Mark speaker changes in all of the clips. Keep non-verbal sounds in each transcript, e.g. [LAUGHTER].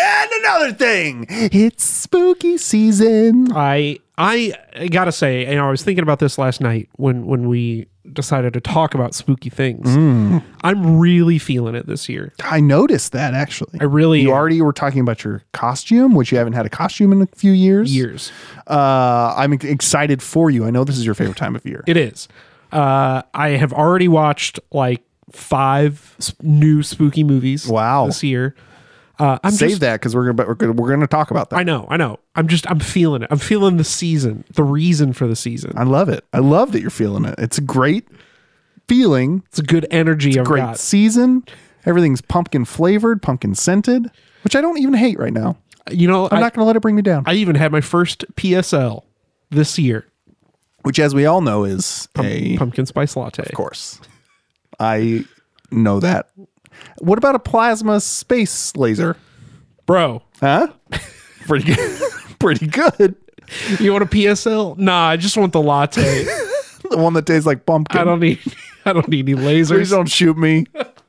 Speaker 1: another thing. It's spooky season.
Speaker 2: I I gotta say, you know, I was thinking about this last night when when we decided to talk about spooky things.
Speaker 1: Mm.
Speaker 2: I'm really feeling it this year.
Speaker 1: I noticed that actually.
Speaker 2: I really
Speaker 1: You already were talking about your costume, which you haven't had a costume in a few years.
Speaker 2: years.
Speaker 1: Uh, I'm ex- excited for you. I know this is your favorite time of year.
Speaker 2: It is. Uh, I have already watched like five sp- new spooky movies.
Speaker 1: Wow.
Speaker 2: this year. Uh, I'm
Speaker 1: Save
Speaker 2: just,
Speaker 1: that because we're gonna we're gonna, we're gonna talk about that.
Speaker 2: I know. I know. I'm just. I'm feeling it. I'm feeling the season. The reason for the season.
Speaker 1: I love it. I love that you're feeling it. It's a great feeling.
Speaker 2: It's a good energy. I've
Speaker 1: Great
Speaker 2: got.
Speaker 1: season. Everything's pumpkin flavored, pumpkin scented, which I don't even hate right now.
Speaker 2: You know.
Speaker 1: I'm
Speaker 2: I,
Speaker 1: not gonna let it bring me down.
Speaker 2: I even had my first PSL this year.
Speaker 1: which, as we all know, is a
Speaker 2: Pumpkin spice latte.
Speaker 1: Of course. I know that. What about a plasma space laser?
Speaker 2: Bro,
Speaker 1: Huh? [LAUGHS] Pretty good. Pretty good.
Speaker 2: you want a PSL? Nah, I just want
Speaker 1: [LAUGHS]
Speaker 2: the latte.
Speaker 1: The one that tastes like pumpkin.
Speaker 2: I don't need. I don't need any
Speaker 1: Please
Speaker 2: lasers.
Speaker 1: don't shoot
Speaker 2: [LAUGHS]
Speaker 1: me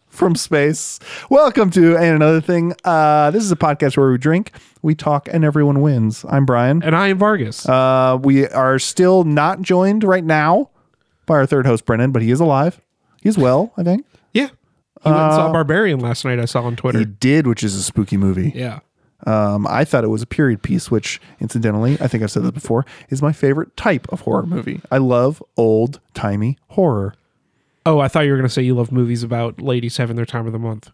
Speaker 1: from space. Welcome to and another thing. Uh, this is a podcast where we drink, we talk, and everyone wins. I'm Brian.
Speaker 2: And I am Vargas.
Speaker 1: Uh, we are still not joined right now by our third host, Brennan, but he is alive. He's well, I think.
Speaker 2: yeah. He went and
Speaker 1: uh,
Speaker 2: saw Barbarian last night. I saw on Twitter.
Speaker 1: He did, which is a spooky movie.
Speaker 2: yeah.
Speaker 1: Um, I thought it was a period piece, which incidentally, I think I've said this before, is my favorite type of horror movie. I love old timey horror.
Speaker 2: Oh, I thought you were going to say you love movies about ladies having their time of the month.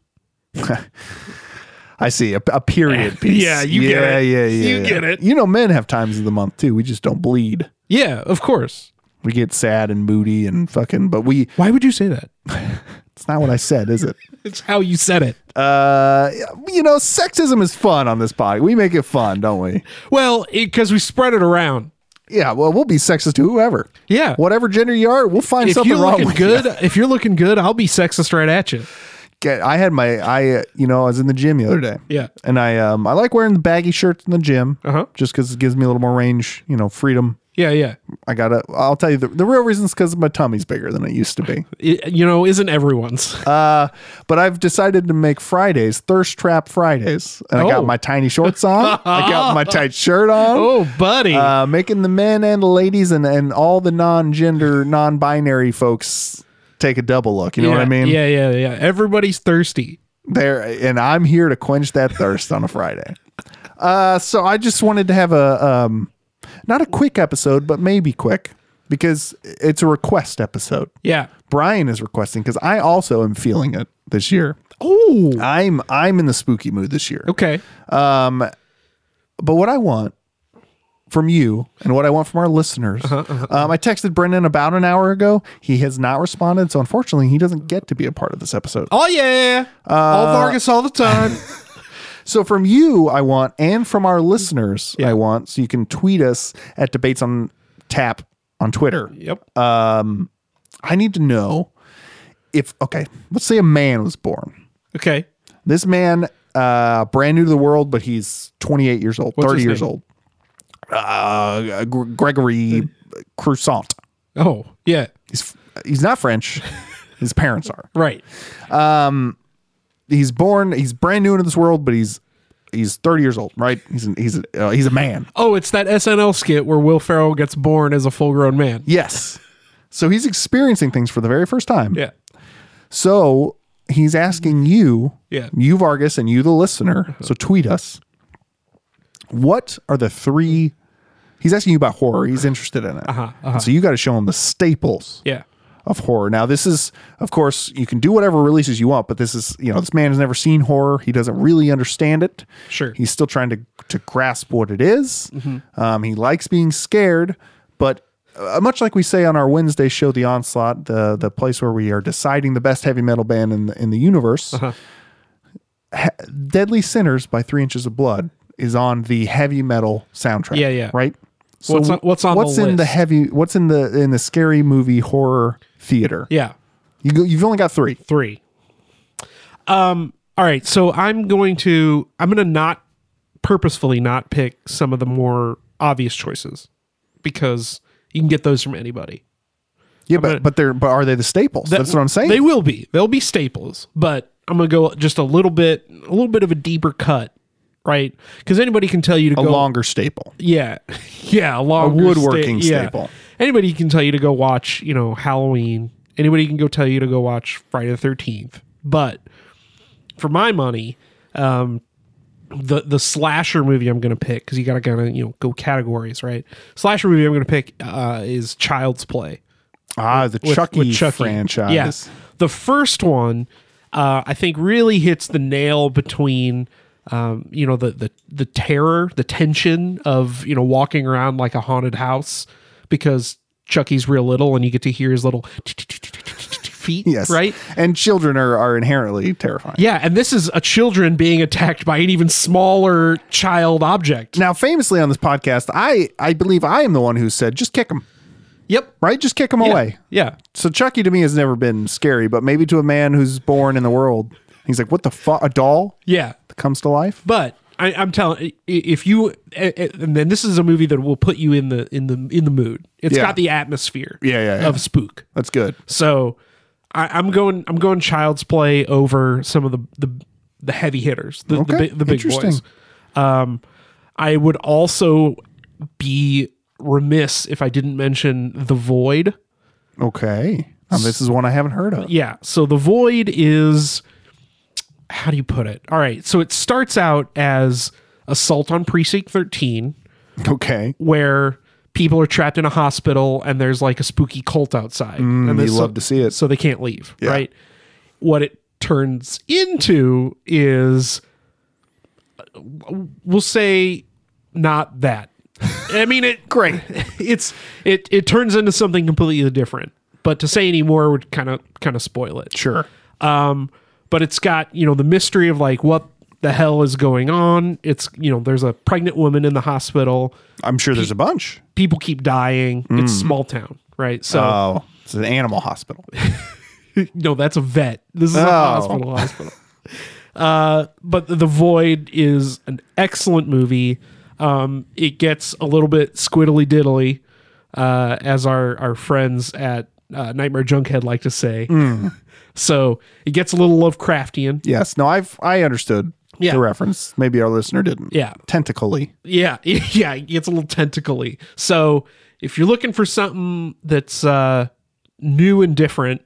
Speaker 1: I see a, a period piece.
Speaker 2: [LAUGHS] Yeah, you get
Speaker 1: Yeah,
Speaker 2: it.
Speaker 1: yeah, yeah.
Speaker 2: You
Speaker 1: yeah.
Speaker 2: get it.
Speaker 1: You know, men have times of the month too. We just don't bleed.
Speaker 2: Yeah, of course.
Speaker 1: We get sad and moody and fucking. But we.
Speaker 2: Why would you say that? [LAUGHS]
Speaker 1: It's not what I said, is it?
Speaker 2: It's how you said it.
Speaker 1: Uh, you know, sexism is fun on this podcast. We make it fun, don't we?
Speaker 2: Well, because we spread it around.
Speaker 1: Yeah. Well, we'll be sexist to whoever.
Speaker 2: Yeah.
Speaker 1: Whatever gender you are, we'll find
Speaker 2: If
Speaker 1: something
Speaker 2: you're
Speaker 1: wrong
Speaker 2: looking
Speaker 1: with
Speaker 2: good, if you're looking good, I'll be sexist right at you.
Speaker 1: get I had my I uh, you know I was in the gym the other day.
Speaker 2: Yeah.
Speaker 1: And I um I like wearing the baggy shirts in the gym
Speaker 2: Uh-huh.
Speaker 1: just cuz it gives me a little more range, you know, freedom.
Speaker 2: Yeah, yeah.
Speaker 1: I got to I'll tell you the, the real reason is cuz my tummy's bigger than it used to
Speaker 2: [LAUGHS]
Speaker 1: be.
Speaker 2: It- you know, isn't everyone's?
Speaker 1: Uh but I've decided to make Fridays thirst trap Fridays. And I
Speaker 2: Oh.
Speaker 1: got my tiny shorts on. I got
Speaker 2: [LAUGHS]
Speaker 1: my tight shirt on.
Speaker 2: [LAUGHS] oh, buddy.
Speaker 1: Uh, making the men and the ladies and, and all the non-gender, non-binary folks take a double look. You know
Speaker 2: yeah,
Speaker 1: what I mean?
Speaker 2: Yeah, yeah, yeah. Everybody's thirsty.
Speaker 1: there and i'm here to quench that thirst on a friday uh so i just wanted to have a um not a quick episode but maybe quick because it's a request episode
Speaker 2: Yeah.
Speaker 1: brian is requesting because i also am feeling it this year
Speaker 2: Oh.
Speaker 1: i'm i'm in the spooky mood this year
Speaker 2: Okay.
Speaker 1: but what i want from you and what I want from our listeners. Um, I texted Brendan about an hour ago. He has not responded. So, unfortunately, he doesn't get to be a part of this episode.
Speaker 2: Oh yeah. all Vargas all the time.
Speaker 1: So from you, I want, and from our listeners, I want. So you can tweet us at debates on tap on Twitter.
Speaker 2: yep.
Speaker 1: I need to know if okay. Let's say a man was born.
Speaker 2: okay.
Speaker 1: This man, uh, brand new to the world, but he's 28 years old,
Speaker 2: What's
Speaker 1: 30
Speaker 2: his
Speaker 1: years
Speaker 2: name?
Speaker 1: old. Uh, Gr- Gregory Croissant.
Speaker 2: Oh yeah.
Speaker 1: He's he's not
Speaker 2: [LAUGHS]
Speaker 1: French. His parents are.
Speaker 2: Right.
Speaker 1: He's born. He's brand new into this world, but he's he's 30 years old, right? He's an, he's a, uh, he's a man.
Speaker 2: Oh, it's that SNL skit where Will Ferrell gets born as a full-grown man.
Speaker 1: Yes. So he's experiencing things for the very first time.
Speaker 2: Yeah.
Speaker 1: So he's asking you,
Speaker 2: Yeah.
Speaker 1: you Vargas and you the listener. So tweet us. What are the three he's asking you about horror. He's interested in it.
Speaker 2: Uh-huh, uh-huh.
Speaker 1: So you got to show him the staples
Speaker 2: Yeah.
Speaker 1: of horror. Now this is of course you can do whatever releases you want, but this is, you know, this man has never seen horror. He doesn't really understand it.
Speaker 2: Sure. Mm-hmm.
Speaker 1: He's still trying to to grasp what it is. Um, he likes being scared, but uh, much like we say on our Wednesday show, the onslaught, the the place where we are deciding the best heavy metal band in the, in the universe,
Speaker 2: Uh-huh.
Speaker 1: ha- Deadly Sinners by Three Inches of Blood is on the heavy metal soundtrack.
Speaker 2: Yeah, yeah.
Speaker 1: Right. So
Speaker 2: What's on- what's on the
Speaker 1: what's in the
Speaker 2: list?
Speaker 1: heavy? What's in the in the scary movie horror theater?
Speaker 2: Yeah.
Speaker 1: You go, you've only got three.
Speaker 2: Three. Um. All right. So I'm going to. I'm going to not purposefully not pick some of the more obvious choices because you can get those from anybody.
Speaker 1: Yeah, but
Speaker 2: gonna-
Speaker 1: but they're but are they the staples? That's what I'm saying.
Speaker 2: They will be. They'll be staples, but I'm gonna go just a little bit, a little bit of a deeper cut right? Because anybody can tell you to
Speaker 1: A
Speaker 2: go.
Speaker 1: longer staple.
Speaker 2: yeah, [LAUGHS] yeah, a long
Speaker 1: woodworking staple.
Speaker 2: Anybody can tell you to go watch, you know, Halloween. Anybody can go tell you to go watch Friday the Thirteenth. But for my money, um, the the slasher movie I'm going to pick because you got to kind of you know go categories, right? Slasher movie I'm going to pick uh, is Child's Play.
Speaker 1: Ah, the
Speaker 2: with-
Speaker 1: Chucky,
Speaker 2: with Chucky.
Speaker 1: franchise.
Speaker 2: Yeah. The first one, uh, I think, really hits the nail between. Um, you know the, the the terror, the tension of you know walking around like a haunted house because Chucky's real little, and you get to hear his little feet,
Speaker 1: Yes.
Speaker 2: right?
Speaker 1: And children are, are inherently terrifying.
Speaker 2: Yeah, and this is a children being attacked by an even smaller child object.
Speaker 1: Now, famously on this podcast, I, I believe I am the one who said, just kick him,
Speaker 2: Yep.
Speaker 1: right? Just kick him
Speaker 2: Yeah.
Speaker 1: away.
Speaker 2: Yeah.
Speaker 1: So Chucky to me has never been scary, but maybe to a man who's born in the world, he's like, what the fuck? A doll
Speaker 2: Yeah.
Speaker 1: that comes to life?
Speaker 2: But I, I'm telling i- if you a- a- and then this is a movie that will put you in the in the in the mood. It's
Speaker 1: Yeah.
Speaker 2: got the atmosphere
Speaker 1: Yeah, yeah, yeah.
Speaker 2: of spook.
Speaker 1: That's good.
Speaker 2: So I, I'm going I'm going Child's Play over some of the the, the heavy hitters, the the,
Speaker 1: Okay,
Speaker 2: bi- the big boys.
Speaker 1: interesting.
Speaker 2: Um, I would also be remiss if I didn't mention The Void.
Speaker 1: Okay. Now, this is one I haven't heard of.
Speaker 2: Yeah. So the void is how do you put it? All right. So it starts out as assault on precinct 13
Speaker 1: Okay.
Speaker 2: where people are trapped in a hospital and there's like a spooky cult outside and
Speaker 1: Mm, you
Speaker 2: there's
Speaker 1: love to see it.
Speaker 2: So they can't leave, right? What it turns into is uh, we'll say not that. I
Speaker 1: [LAUGHS]
Speaker 2: mean it great. [LAUGHS] It's it it turns into something completely different. But to say any more would kind of kind of spoil it.
Speaker 1: Sure.
Speaker 2: Um, but it's got you know the mystery of like what the hell is going on. It's you know there's a pregnant woman in the hospital.
Speaker 1: I'm sure there's a bunch.
Speaker 2: People keep dying. It's small town, right? So
Speaker 1: Oh, it's an animal hospital.
Speaker 2: no, that's a vet. This is a
Speaker 1: Oh.
Speaker 2: hospital hospital. uh, but the Void is an excellent movie. Um, it gets a little bit squiddly diddly, uh, as our our friends at uh, Nightmare Junkhead like to say. [LAUGHS] so it gets a little Lovecraftian.
Speaker 1: [LAUGHS] Yes. No, I've I understood
Speaker 2: Yeah.
Speaker 1: the reference. Maybe our listener didn't.
Speaker 2: Yeah.
Speaker 1: Tentacly.
Speaker 2: Yeah, [LAUGHS] yeah, it gets a little tentacly. So if you're looking for something that's uh, new and different,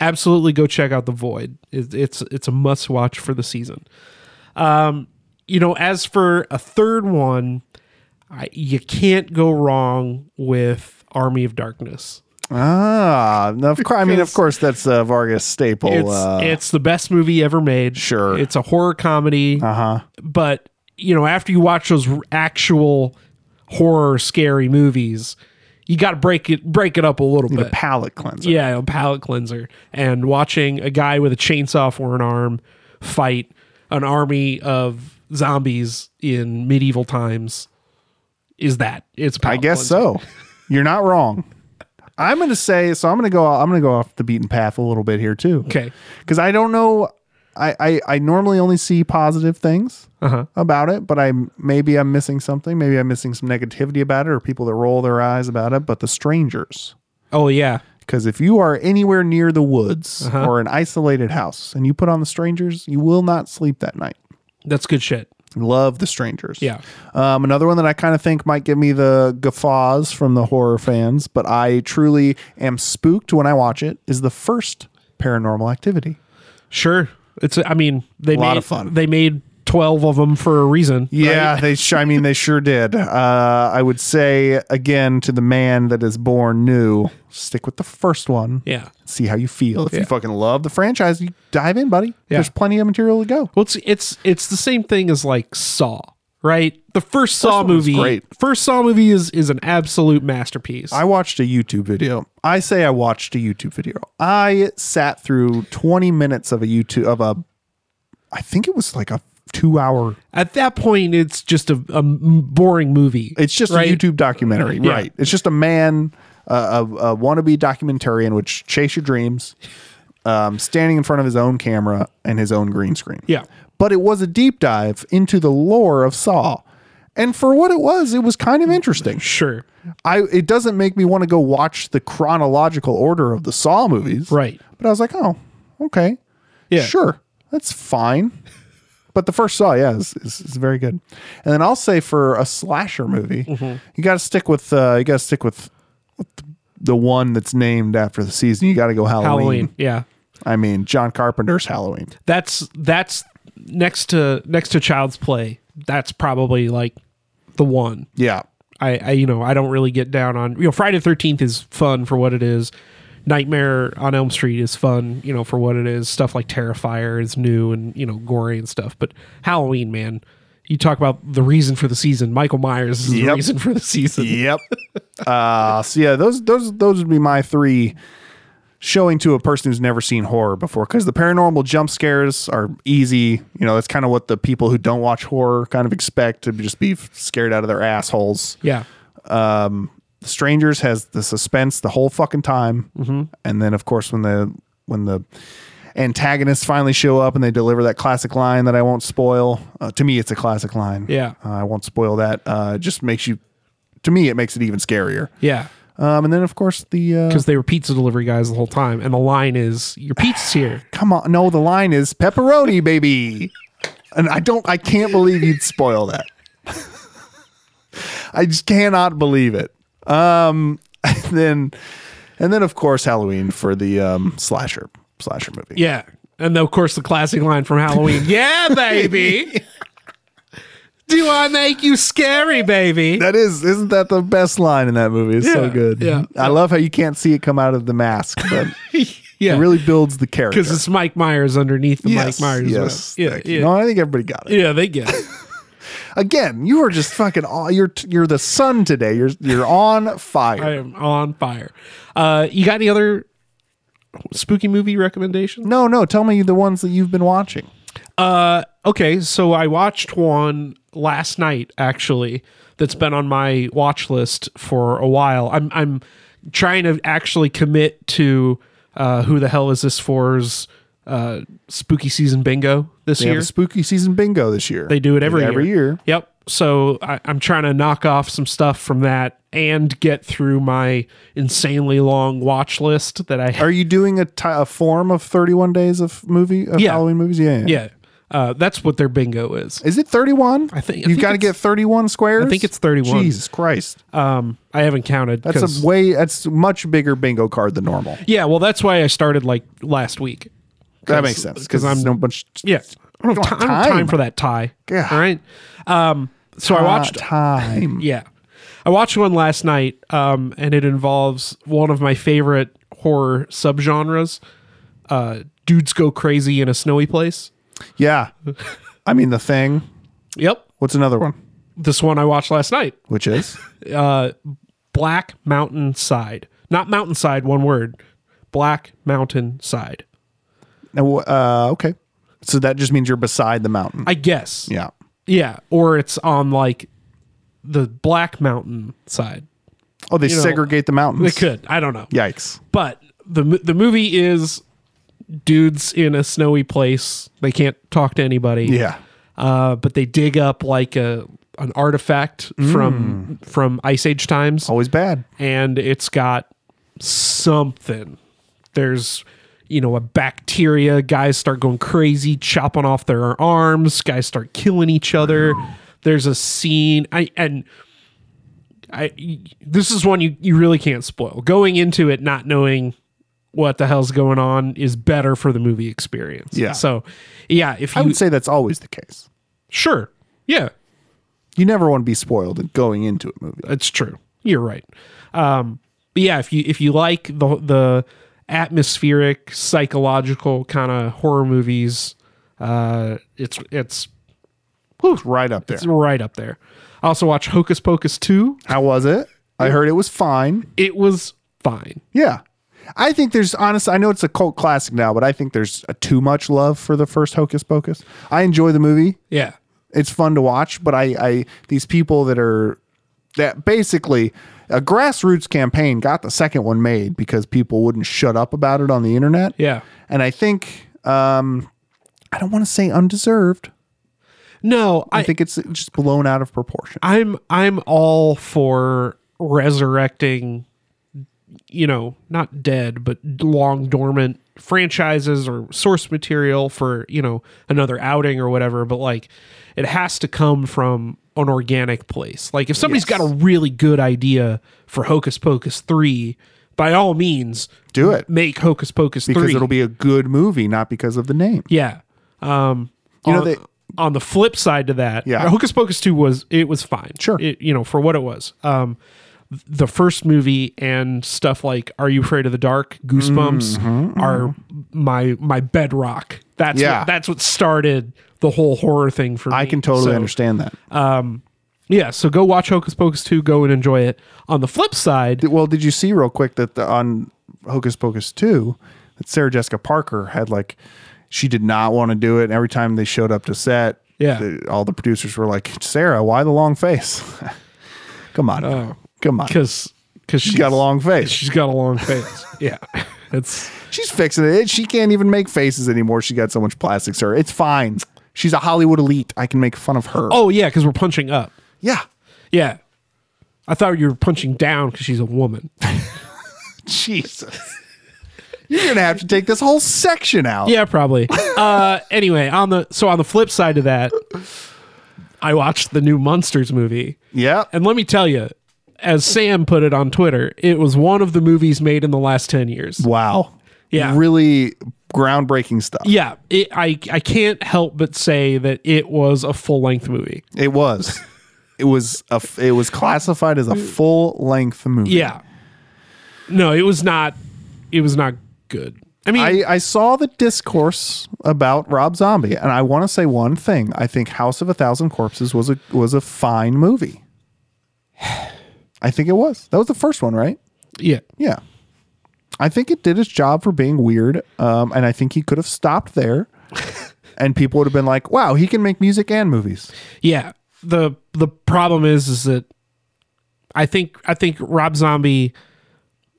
Speaker 2: absolutely go check out the Void. It, it's it's a must watch for the season. Um, you know, as for a third one, I, you can't go wrong with Army of Darkness.
Speaker 1: Ah, no, of course. I mean, of course, that's a Vargas staple.
Speaker 2: It's
Speaker 1: uh
Speaker 2: it's the best movie ever made.
Speaker 1: Sure. Uh-huh.
Speaker 2: it's a horror comedy.
Speaker 1: huh.
Speaker 2: but you know after you watch those r- actual horror scary movies you got to break it break it up a little
Speaker 1: The
Speaker 2: bit
Speaker 1: palate cleanser.
Speaker 2: yeah a palate cleanser and watching a guy with a chainsaw for an arm fight an army of zombies in medieval times is that it's
Speaker 1: I guess so. You're not wrong. I'm going to say so. I'm going to go. I'm going to go off the beaten path a little bit here too.
Speaker 2: okay
Speaker 1: Because I don't know. I, I I normally only see positive things
Speaker 2: uh-huh
Speaker 1: about it, but I maybe I'm missing something. Maybe I'm missing some negativity about it, or people that roll their eyes about it. But the strangers.
Speaker 2: oh yeah
Speaker 1: Because if you are anywhere near the woods
Speaker 2: Uh-huh.
Speaker 1: or an isolated house and you put on the strangers, you will not sleep that night.
Speaker 2: that's good shit
Speaker 1: Love the strangers.
Speaker 2: yeah
Speaker 1: Um, another one that I kind of think might give me the guffaws from the horror fans, but I truly am spooked when I watch it, is the first paranormal activity.
Speaker 2: sure it's i mean they
Speaker 1: lot
Speaker 2: made
Speaker 1: of fun.
Speaker 2: they made 12 of them for a reason
Speaker 1: Yeah, they. Sh- I mean, they sure did. Uh, I would say again to the man that is born new, stick with the first one.
Speaker 2: yeah
Speaker 1: See how you feel. If
Speaker 2: Yeah.
Speaker 1: you fucking love the franchise, you dive in, buddy.
Speaker 2: Yeah.
Speaker 1: There's plenty of material to go.
Speaker 2: Well, it's it's it's the same thing as like Saw, right? The first Saw
Speaker 1: one was
Speaker 2: movie,
Speaker 1: great.
Speaker 2: first Saw movie is is an absolute masterpiece.
Speaker 1: I watched a YouTube video. I say I watched a YouTube video. I sat through 20 minutes of a YouTube of a I think it was like a 2 hour.
Speaker 2: At that point, it's just a, a m- boring movie.
Speaker 1: It's just
Speaker 2: Right.
Speaker 1: a YouTube documentary,
Speaker 2: Yeah.
Speaker 1: right? It's just a man uh, a, a wannabe documentarian which chase your dreams um, standing in front of his own camera and his own green screen.
Speaker 2: yeah,
Speaker 1: But it was a deep dive into the lore of Saw. And for what it was, it was kind of interesting.
Speaker 2: sure,
Speaker 1: I it doesn't make me want to go watch the chronological order of the Saw movies.
Speaker 2: right,
Speaker 1: But I was like, oh, okay.
Speaker 2: Yeah.
Speaker 1: Sure. That's fine. But the first Saw, yeah, is, is, is very good. And then I'll say for a slasher movie,
Speaker 2: Mm-hmm.
Speaker 1: you got to stick with uh, you got to stick with, with the one that's named after the season. You got to go
Speaker 2: Halloween. Yeah.
Speaker 1: I mean, John Carpenter's Halloween.
Speaker 2: That's that's next to next to Child's Play. That's probably like the one.
Speaker 1: Yeah.
Speaker 2: I, I you know I don't really get down on you know Friday the Thirteenth is fun for what it is. Nightmare on Elm Street is fun, you know, for what it is. Stuff like Terrifier is new and you know gory and stuff. But Halloween, man, you talk about the reason for the season. Michael Myers is the
Speaker 1: Yep.
Speaker 2: reason for the season.
Speaker 1: Yep. uh, so yeah, those those those would be my three showing to a person who's never seen horror before because the paranormal jump scares are easy. You know, that's kind of what the people who don't watch horror kind of expect to just be scared out of their assholes.
Speaker 2: Yeah,
Speaker 1: Strangers has the suspense the whole fucking time, and then of course when the when the antagonists finally show up and they deliver that classic line that I won't spoil. Uh, to me, it's a classic line.
Speaker 2: Yeah.
Speaker 1: uh, I won't spoil that. Uh, it just makes you. To me, it makes it even scarier.
Speaker 2: yeah,
Speaker 1: Um, and then of course the uh,
Speaker 2: because they were pizza delivery guys the whole time, and the line is your pizza's here.
Speaker 1: come on, no, the line is pepperoni, baby, and I don't, I can't believe you'd spoil that. [LAUGHS] I just cannot believe it. Um, [LAUGHS] and then, and then of course Halloween for the um, slasher slasher movie.
Speaker 2: Yeah, and of course the classic line
Speaker 1: [LAUGHS]
Speaker 2: from Halloween. yeah, baby. Do I make you scary, baby?
Speaker 1: That is, isn't that the best line in that movie? It's so
Speaker 2: Yeah,
Speaker 1: good.
Speaker 2: yeah.
Speaker 1: I love how you can't see it come out of the mask, but
Speaker 2: [LAUGHS] yeah,
Speaker 1: it really builds the character.
Speaker 2: because it's Mike Myers underneath the
Speaker 1: Yes,
Speaker 2: Mike Myers.
Speaker 1: Yes.
Speaker 2: mask.
Speaker 1: thank
Speaker 2: yeah,
Speaker 1: you.
Speaker 2: yeah,
Speaker 1: No, I think everybody got it.
Speaker 2: yeah, they get it.
Speaker 1: Again, you are just fucking. All, you're you're the sun today. You're you're on fire.
Speaker 2: I am on fire. Uh, you got any other spooky movie recommendations?
Speaker 1: No, no. Tell me the ones that you've been watching.
Speaker 2: Uh, okay, so I watched one last night actually that's been on my watch list for a while. I'm I'm trying to actually commit to uh, who the hell is this for's uh, spooky season bingo this
Speaker 1: They
Speaker 2: year.
Speaker 1: have a spooky season bingo this year.
Speaker 2: They do it every
Speaker 1: They do every year.
Speaker 2: Yep. So I, I'm trying to knock off some stuff from that and get through my insanely long watch list that I
Speaker 1: Are you doing a ti- a form of 31 days of movie of
Speaker 2: Yeah.
Speaker 1: Halloween movies? Yeah, yeah.
Speaker 2: yeah. Uh, that's what their bingo is.
Speaker 1: Is it 31?
Speaker 2: I think-
Speaker 1: you've
Speaker 2: I think
Speaker 1: got to
Speaker 2: it's-
Speaker 1: get 31 squares.
Speaker 2: I think it's 31.
Speaker 1: Jesus Christ,
Speaker 2: Um, I haven't counted.
Speaker 1: that's
Speaker 2: 'cause-
Speaker 1: a way. That's a much bigger bingo card than normal.
Speaker 2: yeah. Well, that's why I started like last week.
Speaker 1: That makes sense
Speaker 2: because I'm
Speaker 1: no bunch.
Speaker 2: yeah. I don't, have
Speaker 1: don't
Speaker 2: ti-
Speaker 1: have
Speaker 2: I don't have time
Speaker 1: time.
Speaker 2: for that tie.
Speaker 1: Yeah.
Speaker 2: All right. Um, so I watched
Speaker 1: time.
Speaker 2: Yeah. I watched one last night, um, and it involves one of my favorite horror subgenres. Uh, dudes go crazy in a snowy place.
Speaker 1: [LAUGHS] yeah, I mean the thing.
Speaker 2: Yep.
Speaker 1: What's another one?
Speaker 2: This one I watched last night.
Speaker 1: Which
Speaker 2: [LAUGHS]
Speaker 1: is
Speaker 2: Uh, Black Mountain Side. Not mountainside, one word. Black Mountain Side.
Speaker 1: now, uh, okay. So that just means you're beside the mountain.
Speaker 2: I guess.
Speaker 1: yeah.
Speaker 2: Yeah. Or it's on like the Black Mountain side.
Speaker 1: Oh, they
Speaker 2: know,
Speaker 1: segregate the
Speaker 2: It
Speaker 1: mountains.
Speaker 2: could. I don't know.
Speaker 1: Yikes.
Speaker 2: but the mo- the movie is dudes in a snowy place. They can't talk to anybody.
Speaker 1: Yeah.
Speaker 2: Uh, but they dig up like a an artifact from from Ice Age times,
Speaker 1: Always bad.
Speaker 2: and it's got something. There's you know a bacteria. Guys start going crazy, chopping off their arms. Guys start killing each other. There's a scene. I and. I this is one you, you really can't spoil. Going into it not knowing what the hell's going on is better for the movie experience.
Speaker 1: Yeah.
Speaker 2: So, yeah, if
Speaker 1: I
Speaker 2: you
Speaker 1: would say that's always the case.
Speaker 2: sure, yeah,
Speaker 1: You never want to be spoiled going into a movie.
Speaker 2: it's true. You're right. Um, but yeah, if you if you like the the atmospheric psychological kind of horror movies, uh, it's it's
Speaker 1: It's right up there.
Speaker 2: it's right up there. I also watch Hocus Pocus two.
Speaker 1: How was it? I heard it was fine.
Speaker 2: It was fine.
Speaker 1: Yeah. I think there's honestly, I know it's a cult classic now, but I think there's a too much love for the first Hocus Pocus. I enjoy the movie.
Speaker 2: Yeah.
Speaker 1: It's fun to watch, but I, I these people that are that basically a grassroots campaign got the second one made because people wouldn't shut up about it on the internet.
Speaker 2: Yeah.
Speaker 1: And I think um I don't want to say undeserved.
Speaker 2: No,
Speaker 1: I think it's just blown out of proportion.
Speaker 2: I'm I'm all for resurrecting you know, not dead, but long dormant franchises or source material for, you know, another outing or whatever, but like it has to come from an organic place. Like if somebody's got a really good idea for Hocus Pocus 3, by all means,
Speaker 1: Do it.
Speaker 2: Make Hocus Pocus
Speaker 1: because
Speaker 2: 3.
Speaker 1: it'll be a good movie, not because of the name.
Speaker 2: yeah. Um
Speaker 1: You know,
Speaker 2: on,
Speaker 1: they-
Speaker 2: on the flip side to that,
Speaker 1: Yeah.
Speaker 2: Hocus Pocus 2 was it was fine.
Speaker 1: Sure.
Speaker 2: It- you know, for what it was. Um the first movie and stuff like Are You Afraid of the Dark? Goosebumps are my my bedrock. That's
Speaker 1: Mm-hmm, Yeah.
Speaker 2: what, that's what started the whole horror thing for me.
Speaker 1: I can totally
Speaker 2: So,
Speaker 1: understand that.
Speaker 2: Yeah, so go watch Hocus Pocus 2, go and enjoy it. On the flip side,
Speaker 1: Well, did you see real quick that the, on Hocus Pocus 2 that Sarah Jessica Parker had like she did not want to do it and every time they showed up to set,
Speaker 2: Yeah.
Speaker 1: the- all the producers were like, "Sarah, why the long face?" [LAUGHS] Come on. Come on.
Speaker 2: cuz cuz Oh. she's
Speaker 1: She's got a long
Speaker 2: [LAUGHS]
Speaker 1: face.
Speaker 2: she's got a
Speaker 1: [LAUGHS]
Speaker 2: long face. yeah. It's
Speaker 1: She's fixing it. She can't even make faces anymore. She got so much plastic surgery. It's fine. She's a Hollywood elite. I can make fun of her.
Speaker 2: Oh, yeah, cuz we're punching up.
Speaker 1: yeah.
Speaker 2: Yeah. I thought you were punching down because she's a woman.
Speaker 1: Jesus. [LAUGHS] You're going to have to take this whole section out.
Speaker 2: [LAUGHS] yeah, probably. [LAUGHS] Uh, anyway, on the so on the flip side of that, I watched the new Monsters movie,
Speaker 1: Yep.
Speaker 2: and let me tell you, as Sam put it on Twitter, it was one of the movies made in the last ten years.
Speaker 1: Wow.
Speaker 2: Yeah.
Speaker 1: Really groundbreaking stuff.
Speaker 2: Yeah, it, I I can't help but say that it was a full length movie.
Speaker 1: It was. It was a. f- It was classified as a full length movie.
Speaker 2: Mm. Yeah. No, it was not. It was not good. I mean,
Speaker 1: I, I saw the discourse about Rob Zombie, and I want to say one thing. I think House of a Thousand Corpses was a was a fine movie. [SIGHS] I think it was. That was the first one, right?
Speaker 2: yeah.
Speaker 1: Yeah. I think it did its job for being weird. Um, and I think he could have stopped there.
Speaker 2: [LAUGHS]
Speaker 1: and people would have been like, wow, he can make music and movies.
Speaker 2: Yeah. The the problem is is that I think I think Rob Zombie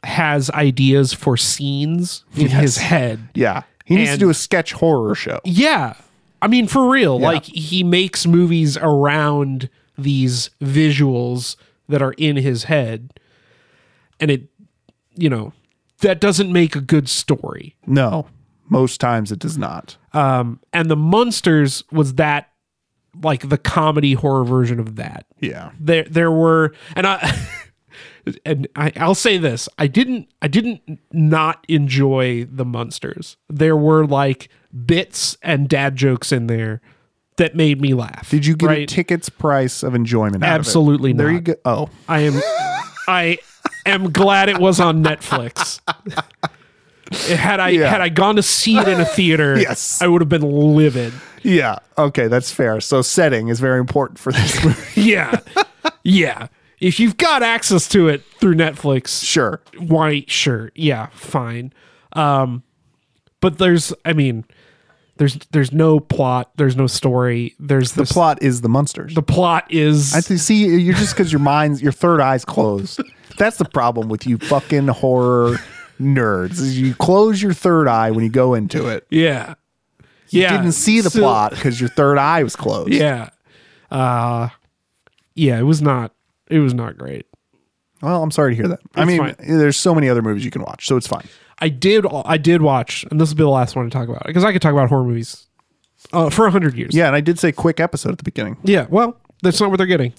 Speaker 2: has ideas for scenes in his head.
Speaker 1: Yeah. He needs
Speaker 2: And-
Speaker 1: to do a sketch horror show.
Speaker 2: Yeah. I mean for real, like he makes movies around these visuals that are in his head. And it you know, that doesn't make a good story.
Speaker 1: No, most times it does not.
Speaker 2: Um and the Munsters was that like the comedy horror version of that.
Speaker 1: Yeah.
Speaker 2: there there were and I [LAUGHS] and I, I'll say this I didn't I didn't not enjoy the monsters there were like bits and dad jokes in there that made me laugh
Speaker 1: Did you get a
Speaker 2: right?
Speaker 1: ticket's price of enjoyment? Out
Speaker 2: Absolutely
Speaker 1: Of it? There
Speaker 2: not.
Speaker 1: you go. Oh,
Speaker 2: I am I am glad it was on Netflix [LAUGHS] had I
Speaker 1: Yeah.
Speaker 2: had I gone to see it in a
Speaker 1: [LAUGHS]
Speaker 2: theater
Speaker 1: Yes.
Speaker 2: I would have been livid
Speaker 1: yeah. Okay, that's fair. So setting is very important for this
Speaker 2: [LAUGHS]
Speaker 1: movie.
Speaker 2: yeah yeah if you've got access to it through Netflix
Speaker 1: sure.
Speaker 2: white shirt. Yeah, fine. Um, but there's, I mean, there's there's no plot. There's no story. There's
Speaker 1: The plot is the monsters.
Speaker 2: The plot is
Speaker 1: I th- see you're just because your mind's your third eye's closed. That's the problem with you fucking horror nerds. is You close your third eye when you go into it.
Speaker 2: yeah, yeah.
Speaker 1: You didn't see the
Speaker 2: So-
Speaker 1: plot because your third eye was closed.
Speaker 2: Yeah, uh, yeah. It was not. It was not great.
Speaker 1: Well, I'm sorry to hear that. I
Speaker 2: It's
Speaker 1: mean,
Speaker 2: fine.
Speaker 1: there's so many other movies you can watch, so it's fine.
Speaker 2: I did. I did watch, and this will be the last one to talk about because I could talk about horror movies uh, for a hundred years.
Speaker 1: Yeah, and I did say quick episode at the beginning.
Speaker 2: Yeah, well, that's not what they're getting.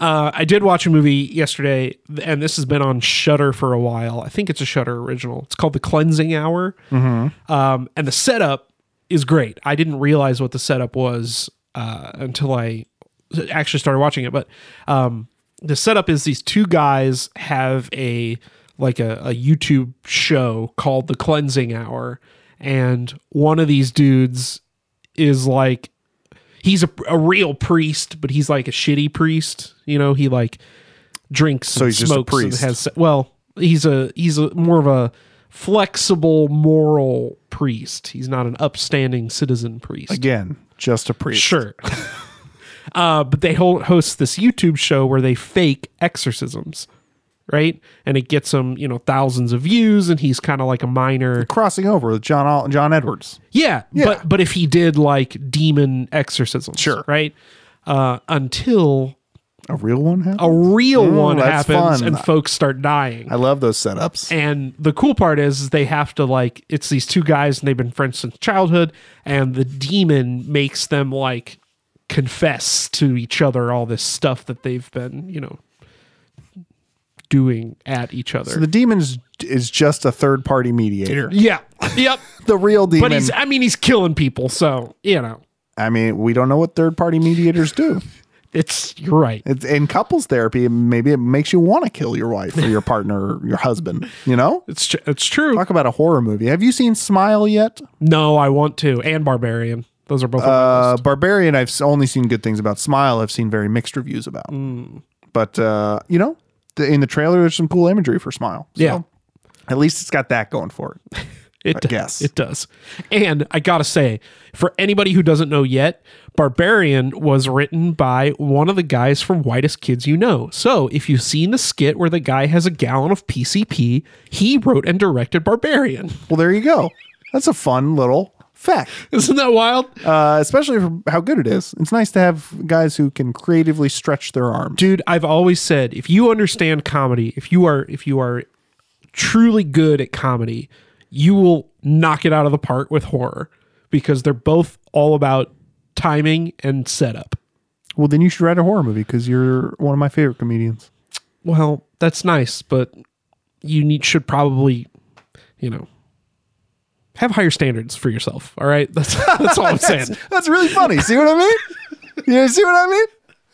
Speaker 2: uh, I did watch a movie yesterday, and this has been on Shutter for a while. I think it's a Shutter original. It's called The Cleansing Hour, um, and the setup is great. I didn't realize what the setup was uh, until I actually started watching it, but um, the setup is these two guys have a like a, a YouTube show called The Cleansing Hour, and one of these dudes is like he's a, a real priest, but he's like a shitty priest. You know, he like drinks, so
Speaker 1: he's just a
Speaker 2: smokes,
Speaker 1: priest.
Speaker 2: and has se- well, he's a he's a more of a flexible moral priest. He's not an upstanding citizen priest.
Speaker 1: Again, just a priest.
Speaker 2: Sure. [LAUGHS] uh, but they ho- host this YouTube show where they fake exorcisms, right? And it gets him, you know, thousands of views, and he's kind of like a minor.
Speaker 1: Crossing over with John Al- John Edwards.
Speaker 2: Yeah, but but if he did like demon exorcisms,
Speaker 1: Sure.
Speaker 2: right? Uh, until
Speaker 1: A real one happened?
Speaker 2: A real
Speaker 1: Oh,
Speaker 2: one
Speaker 1: that's
Speaker 2: happens
Speaker 1: fun.
Speaker 2: and folks start dying.
Speaker 1: I love those setups.
Speaker 2: And the cool part is, is they have to like it's these two guys and they've been friends since childhood, and the demon makes them like confess to each other all this stuff that they've been, you know, doing at each other.
Speaker 1: So the demon is, is just a third party mediator.
Speaker 2: yeah.
Speaker 1: [LAUGHS]
Speaker 2: Yep.
Speaker 1: The real
Speaker 2: But
Speaker 1: demon.
Speaker 2: he's I mean he's killing people, so you know.
Speaker 1: I mean, we don't know what third party mediators do.
Speaker 2: It's you're right.
Speaker 1: It's in couples therapy. Maybe it makes you want to kill your wife or your partner or your husband. You know,
Speaker 2: It's tr- it's true.
Speaker 1: talk about a horror movie. Have you seen Smile yet?
Speaker 2: No, I want to. And Barbarian. Those are both. on my
Speaker 1: Uh, Barbarian. I've s- only seen good things about. Smile. I've seen very mixed reviews about. But uh, you know, the, in the trailer, there's some cool imagery for Smile. So
Speaker 2: Yeah.
Speaker 1: at least it's got that going for it.
Speaker 2: It does.
Speaker 1: guess.
Speaker 2: It does. And I got to say, for anybody who doesn't know yet, Barbarian was written by one of the guys from Whitest Kids You Know. So if you've seen the skit where the guy has a gallon of PCP, he wrote and directed Barbarian. [LAUGHS]
Speaker 1: Well, there you go. That's a fun little fact.
Speaker 2: Isn't that wild?
Speaker 1: uh, especially for how good it is. It's nice to have guys who can creatively stretch their arm.
Speaker 2: Dude, I've always said if you understand comedy, if you are if you are truly good at comedy, you will knock it out of the park with horror because they're both all about timing and setup.
Speaker 1: Well, then you should write a horror movie because you're one of my favorite comedians.
Speaker 2: Well, that's nice, but you need should probably, you know, have higher standards for yourself. All right, [LAUGHS] that's that's all I'm saying.
Speaker 1: [LAUGHS] That's really funny. See what I mean? You see what I mean?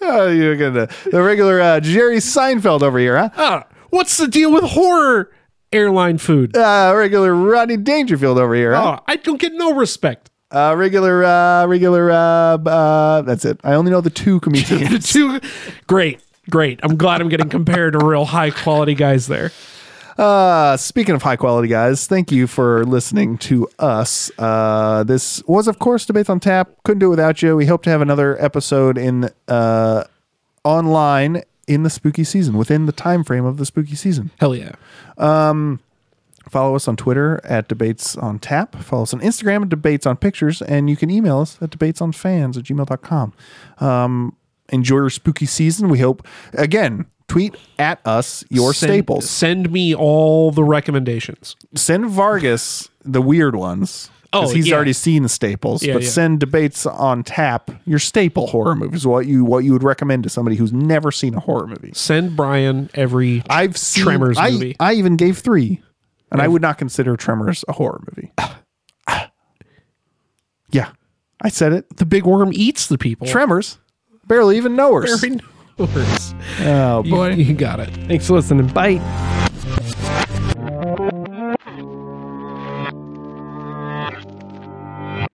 Speaker 1: Oh, you're gonna the regular uh, Jerry Seinfeld over here, huh?
Speaker 2: Ah, what's the deal with horror airline food?
Speaker 1: Uh, regular Rodney Dangerfield over here, huh?
Speaker 2: Ah, I don't get no respect. [LAUGHS]
Speaker 1: Uh, regular, uh, regular. Uh, b- uh, that's it. I only know the two comedians.
Speaker 2: [LAUGHS] The two, great, great. I'm glad I'm getting compared to real high quality guys there.
Speaker 1: Uh, speaking of high quality guys, thank you for listening to us. Uh, this was, of course, Debates on Tap. Couldn't do it without you. We hope to have another episode in uh, online in the spooky season, within the time frame of the spooky season.
Speaker 2: Hell yeah.
Speaker 1: Follow us on Twitter at Debates on Tap. Follow us on Instagram at Debates on Pictures. And you can email us at debatesonfans at gmail.com. Um, enjoy your spooky season. We hope, again, tweet at us your
Speaker 2: Send-
Speaker 1: staples.
Speaker 2: Send me all the recommendations.
Speaker 1: send Vargas the weird ones.
Speaker 2: Oh,
Speaker 1: Because he's
Speaker 2: yeah.
Speaker 1: already seen the staples,
Speaker 2: Yeah,
Speaker 1: but
Speaker 2: yeah.
Speaker 1: send debates on tap your staple horror movies. What you what you would recommend to somebody who's never seen a horror movie?
Speaker 2: Send Brian every.
Speaker 1: I've seen
Speaker 2: Tremors
Speaker 1: I,
Speaker 2: movie.
Speaker 1: I even gave three, and I would not consider Tremors a horror
Speaker 2: [SIGHS]
Speaker 1: movie. yeah, I said it.
Speaker 2: the big worm eats the people. [LAUGHS]
Speaker 1: Tremors, barely even knowers.
Speaker 2: Barry Norris.
Speaker 1: oh
Speaker 2: You-
Speaker 1: boy.
Speaker 2: you got it.
Speaker 3: Thanks for listening. Bye.